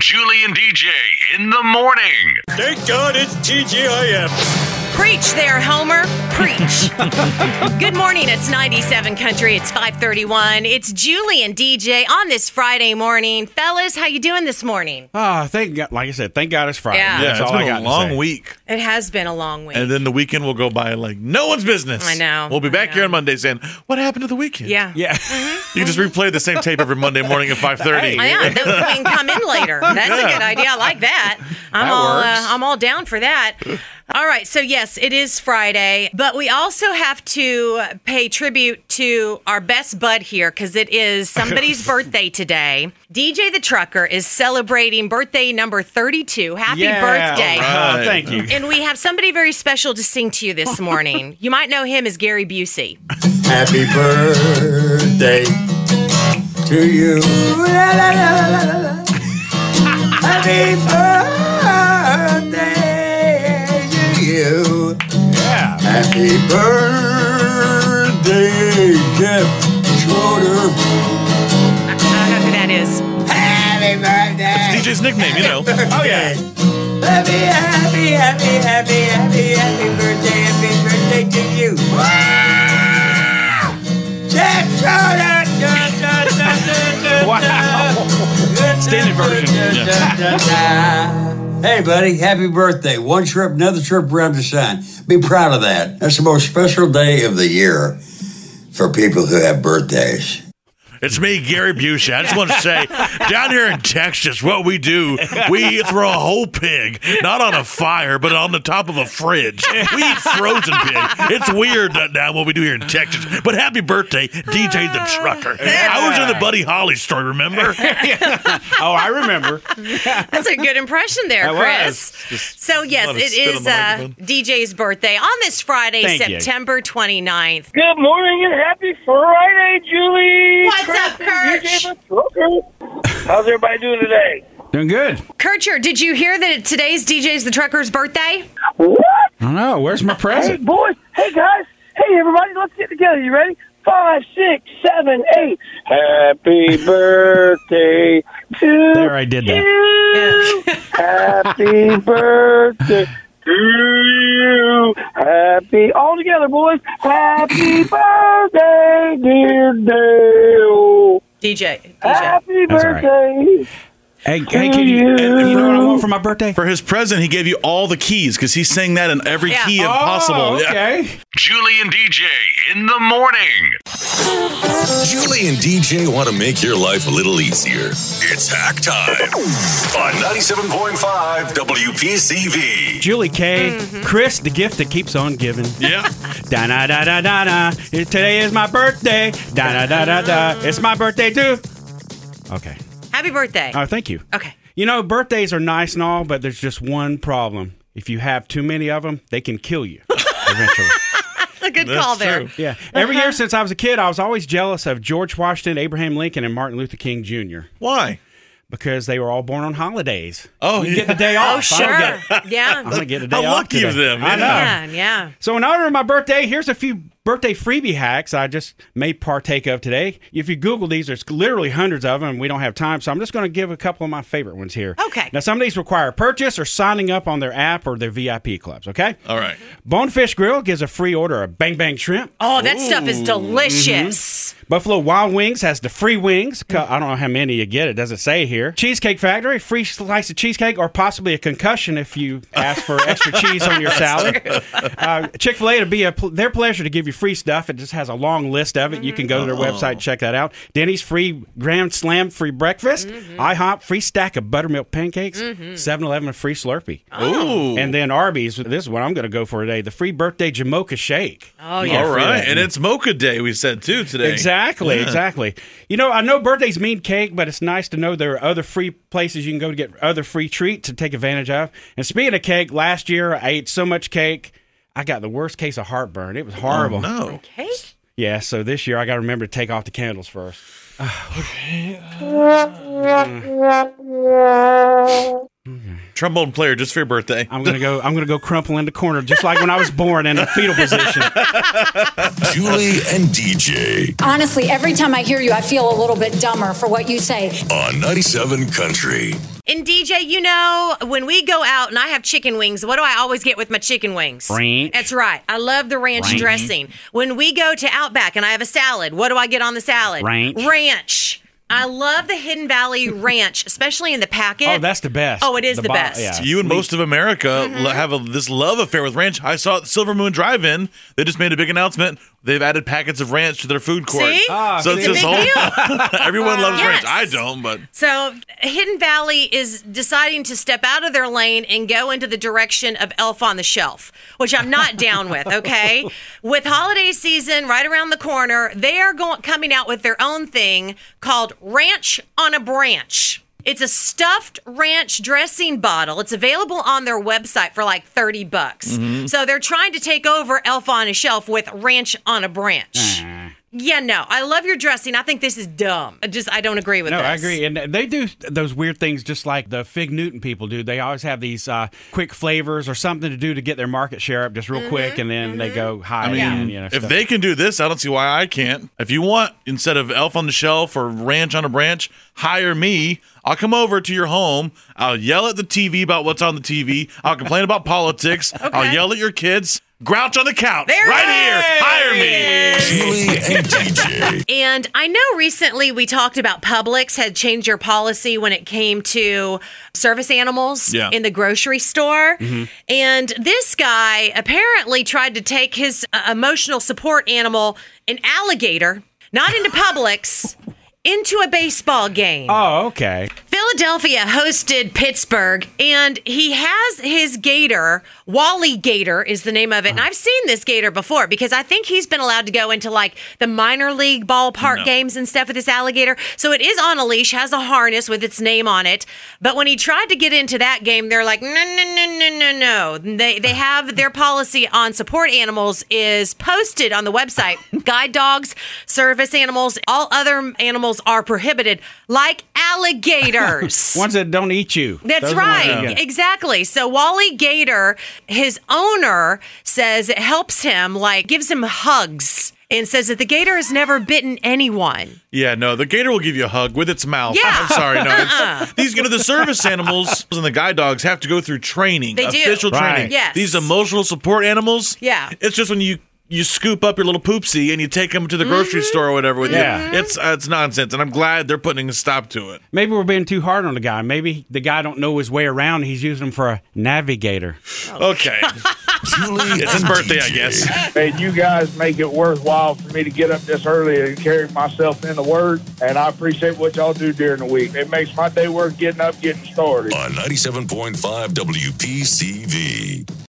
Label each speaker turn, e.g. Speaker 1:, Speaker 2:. Speaker 1: Julie and DJ in the morning.
Speaker 2: Thank God it's TGIF.
Speaker 3: Preach there, Homer. Preach. Good morning. It's 97 Country. It's 531. It's Julie and DJ on this Friday morning. Fellas, how you doing this morning?
Speaker 4: Ah, thank God. Like I said, thank God it's Friday.
Speaker 3: Yeah.
Speaker 4: That's
Speaker 2: Yeah, it's
Speaker 4: all I
Speaker 2: been
Speaker 4: got
Speaker 2: a
Speaker 4: to
Speaker 2: long
Speaker 4: say.
Speaker 2: week,
Speaker 3: It has been a long week.
Speaker 2: and then the weekend will go by like no one's business.
Speaker 3: I know,
Speaker 2: We'll be
Speaker 3: I
Speaker 2: back here
Speaker 3: know.
Speaker 2: on Monday saying, "What happened to the weekend?"
Speaker 3: yeah.
Speaker 4: Yeah.
Speaker 2: you can just replay the same tape every Monday morning at five thirty.
Speaker 3: I am. Then Oh, we can come in later. That's a good idea. I like that. I'm
Speaker 4: That
Speaker 3: all
Speaker 4: works.
Speaker 3: Uh, I'm all down for that. All right. So yes, it is Friday, but we also have to pay tribute to our best bud here because it is somebody's birthday today. DJ the Trucker is celebrating birthday number 32. Happy
Speaker 4: Yeah.
Speaker 3: birthday.
Speaker 4: Ah, thank you.
Speaker 3: And we have somebody very special to sing to you this morning. You might know him as Gary Busey.
Speaker 5: Happy birthday to you. La, la, la, la, la, la. Happy birthday to you.
Speaker 4: Yeah.
Speaker 5: Happy birthday, Jeff Schroeder.
Speaker 3: I don't know who that is.
Speaker 5: Happy birthday.
Speaker 2: DJ's nickname, you know.
Speaker 4: Oh, yeah.
Speaker 5: Happy, happy, happy, happy, happy, happy birthday, happy birthday to you. Wow! Jeff Schroeder. Da, da, da, da, da, da.
Speaker 4: Wow. Extended version.
Speaker 5: Hey, buddy, happy birthday. One trip, another trip around the sun. Be proud of that. That's the most special day of the year for people who have birthdays.
Speaker 2: It's me, Gary Busey. I just want to say, down here in Texas, what we do, we throw a whole pig, not on a fire, but on the top of a fridge. We eat frozen pig. It's weird that now what we do here in Texas. But happy birthday, DJ the Trucker. I was in the Buddy Holly story, remember?
Speaker 4: Oh, I remember.
Speaker 3: That's a good impression there,
Speaker 4: That
Speaker 3: Chris.
Speaker 4: was. Just
Speaker 3: So, yes,
Speaker 2: let it
Speaker 3: it
Speaker 2: spit on
Speaker 3: is
Speaker 2: the
Speaker 3: uh,
Speaker 2: microphone.
Speaker 3: DJ's birthday on this Friday,
Speaker 4: Thank you.
Speaker 3: September 29th.
Speaker 6: Good morning and happy Friday, Julie.
Speaker 3: What's up,
Speaker 6: and
Speaker 3: Kirch?
Speaker 6: DJ the Trucker. How's everybody doing today?
Speaker 4: Doing good.
Speaker 3: Kircher, did you hear that today's DJ's the Trucker's birthday?
Speaker 6: What?
Speaker 4: I don't know. Where's my
Speaker 6: Hey,
Speaker 4: present?
Speaker 6: boys. Hey, guys. Hey, everybody. Let's get together. You ready? Five, six, seven, eight. Happy birthday to
Speaker 4: There, I did that.
Speaker 6: you. happy birthday to you. Happy all together, boys. Happy birthday, dear Dale.
Speaker 3: DJ. DJ.
Speaker 6: Happy
Speaker 4: That's all right.
Speaker 6: birthday.
Speaker 4: Hey, hey, can you,
Speaker 6: Thank you.
Speaker 4: you know what I want for my birthday?
Speaker 2: For his present, he gave you all the keys because he sang that in every
Speaker 3: Yeah.
Speaker 2: key
Speaker 3: Oh,
Speaker 2: possible.
Speaker 4: Oh, okay.
Speaker 1: Julie and DJ in the morning.
Speaker 7: Julie and DJ want to make your life a little easier. It's hack time on 97.5 WPCV.
Speaker 4: Julie K.
Speaker 3: Mm-hmm.
Speaker 4: Chris, the gift that keeps on giving.
Speaker 2: Yeah.
Speaker 4: Da da da da da da. Today is my birthday. Da da da da da. It's my birthday too. Okay.
Speaker 3: Happy birthday.
Speaker 4: Oh, thank you.
Speaker 3: Okay.
Speaker 4: You know, birthdays are nice and all, but there's just one problem. If you have too many of them, they can kill you eventually.
Speaker 3: That's a good call there.
Speaker 2: true.
Speaker 4: Yeah. Every
Speaker 2: Uh-huh.
Speaker 4: year since I was a kid, I was always jealous of George Washington, Abraham Lincoln, and Martin Luther King Jr.
Speaker 2: Why?
Speaker 4: because they were all born on holidays.
Speaker 2: Oh,
Speaker 4: you
Speaker 2: yeah.
Speaker 4: get the day
Speaker 3: Oh,
Speaker 4: off. I don't
Speaker 3: sure.
Speaker 4: get- I'm
Speaker 3: Yeah.
Speaker 4: gonna get a day
Speaker 2: How
Speaker 4: off.
Speaker 2: lucky of
Speaker 4: today.
Speaker 2: them,
Speaker 4: I know.
Speaker 3: Yeah, yeah.
Speaker 4: So in honor of my birthday, here's a few birthday freebie hacks I just may partake of today. If you Google these, there's literally hundreds of them. We don't have time, so I'm just going to give a couple of my favorite ones here.
Speaker 3: Okay.
Speaker 4: Now some of these require purchase or signing up on their app or their VIP clubs. Okay.
Speaker 2: All right.
Speaker 4: Bonefish Grill gives a free order of Bang Bang Shrimp.
Speaker 3: Oh, that stuff is delicious.
Speaker 4: Buffalo Wild Wings has the free wings. Co- I don't know how many you get. It doesn't say here. Cheesecake Factory, free slice of cheesecake or possibly a concussion if you ask for extra cheese on your salad. Uh, Chick fil A, it'd be a pl- their pleasure to give you free stuff. It just has a long list of it. You can go to their website and check that out. Denny's, free Grand Slam, free breakfast. IHOP, free stack of buttermilk pancakes. 7 Eleven, a free Slurpee.
Speaker 2: Ooh.
Speaker 4: Oh. And then Arby's, this is what I'm going to go for today the free birthday Jamocha shake.
Speaker 3: Oh, yeah.
Speaker 2: All
Speaker 4: free
Speaker 2: right.
Speaker 4: that.
Speaker 2: And it's Mocha Day, we said, too, today.
Speaker 4: Exactly, exactly. You know, I know birthdays mean cake, but it's nice to know there are other free places you can go to get other free treats to take advantage of. And speaking of cake, last year I ate so much cake, I got the worst case of heartburn. It was horrible.
Speaker 2: No.
Speaker 3: Okay.
Speaker 4: Yeah, so this year I got to remember to take off the candles first.
Speaker 2: Trombone player just for your birthday.
Speaker 4: I'm gonna go. I'm gonna go crumple in the corner, just like when I was born in a fetal position.
Speaker 7: Julie and DJ
Speaker 8: Honestly, every time I hear you, I feel a little bit dumber for what you say.
Speaker 7: on 97 Country.
Speaker 3: And DJ, you know, when we go out and I have chicken wings, what do I always get with my chicken wings?
Speaker 4: Ranch.
Speaker 3: That's right. I love the ranch,
Speaker 4: Ranch.
Speaker 3: dressing. When we go to Outback and I have a salad, what do I get on the salad?
Speaker 4: Ranch.
Speaker 3: Ranch. I love the Hidden Valley ranch, especially in the packet.
Speaker 4: Oh, that's the best.
Speaker 3: Oh, it is the
Speaker 4: bo-
Speaker 3: best.
Speaker 4: Yeah.
Speaker 2: You and most of America lo- have a, this love affair with ranch. I saw at the Silver Moon Drive-In. They just made a big announcement. They've added packets of ranch to their food court.
Speaker 3: See?
Speaker 4: Ah,
Speaker 2: so it's
Speaker 4: see?
Speaker 2: this whole.
Speaker 3: Big
Speaker 2: everyone loves ranch.
Speaker 3: Yes.
Speaker 2: I don't, but
Speaker 3: So Hidden Valley is deciding to step out of their lane and go into the direction of Elf on the Shelf, which I'm not down with. Okay, with holiday season right around the corner, they are going coming out with their own thing called Ranch on a Branch. It's a stuffed ranch dressing bottle. It's available on their website for like 30 bucks.
Speaker 4: Mm-hmm.
Speaker 3: So they're trying to take over Elf on a Shelf with Ranch on a Branch.
Speaker 4: Ah.
Speaker 3: Yeah, no. I love your dressing. I think this is dumb. I just I don't agree with
Speaker 4: No,
Speaker 3: this.
Speaker 4: I agree. And they do those weird things just like the Fig Newton people do. They always have these uh, quick flavors or something to do to get their market share up just real quick, and then they go high.
Speaker 2: I mean,
Speaker 4: and, you know,
Speaker 2: if
Speaker 4: stuff.
Speaker 2: they can do this, I don't see why I can't. If you want, instead of Elf on the Shelf or Ranch on a Branch, hire me. I'll come over to your home. I'll yell at the TV about what's on the TV. I'll complain about politics. I'll yell at your kids. Grouch on the couch
Speaker 3: There
Speaker 2: right
Speaker 3: it
Speaker 2: here.
Speaker 7: Julie
Speaker 2: Hire me.
Speaker 7: and DJ.
Speaker 3: And I know recently we talked about Publix had changed your policy when it came to service animals
Speaker 2: Yeah.
Speaker 3: in the grocery store. And this guy apparently tried to take his uh, emotional support animal, an alligator, not into Publix, into a baseball game.
Speaker 4: Oh, okay.
Speaker 3: Philadelphia hosted Pittsburgh, and he has his gator. Wally Gator is the name of it. And I've seen this gator before because I think he's been allowed to go into like the minor league ballpark games and stuff with this alligator. So it is on a leash, has a harness with its name on it. But when he tried to get into that game, they're like, no, no, no, no, no, no. They, they have their policy on support animals is posted on the website. Guide dogs, service animals, all other animals are prohibited, like alligators.
Speaker 4: Ones that don't eat you.
Speaker 3: That's
Speaker 4: Those are the ones that
Speaker 3: right.
Speaker 4: get-
Speaker 3: Exactly. So Wally Gator, his owner says it helps him, like gives him hugs and says that the gator has never bitten anyone.
Speaker 2: Yeah, no, the gator will give you a hug with its mouth.
Speaker 3: Yeah.
Speaker 2: I'm sorry, no. it's- These, you know, the service animals and the guide dogs have to go through training,
Speaker 3: They do.
Speaker 2: official
Speaker 4: Right.
Speaker 2: training.
Speaker 3: Yes.
Speaker 2: These emotional support animals.
Speaker 3: Yeah.
Speaker 2: It's just when you you scoop up your little poopsie and you take them to the grocery
Speaker 3: Mm-hmm.
Speaker 2: store or whatever with
Speaker 4: Yeah.
Speaker 2: you. It's uh, it's nonsense, and I'm glad they're putting a stop to it.
Speaker 4: Maybe we're being too hard on the guy. Maybe the guy don't know his way around. He's using him for a navigator.
Speaker 3: Oh,
Speaker 2: Okay, it's his birthday, I guess.
Speaker 8: and you guys make it worthwhile for me to get up this early and carry myself in the word. And I appreciate what y'all do during the week. It makes my day worth getting up, getting started.
Speaker 7: On 97.5 WPCV.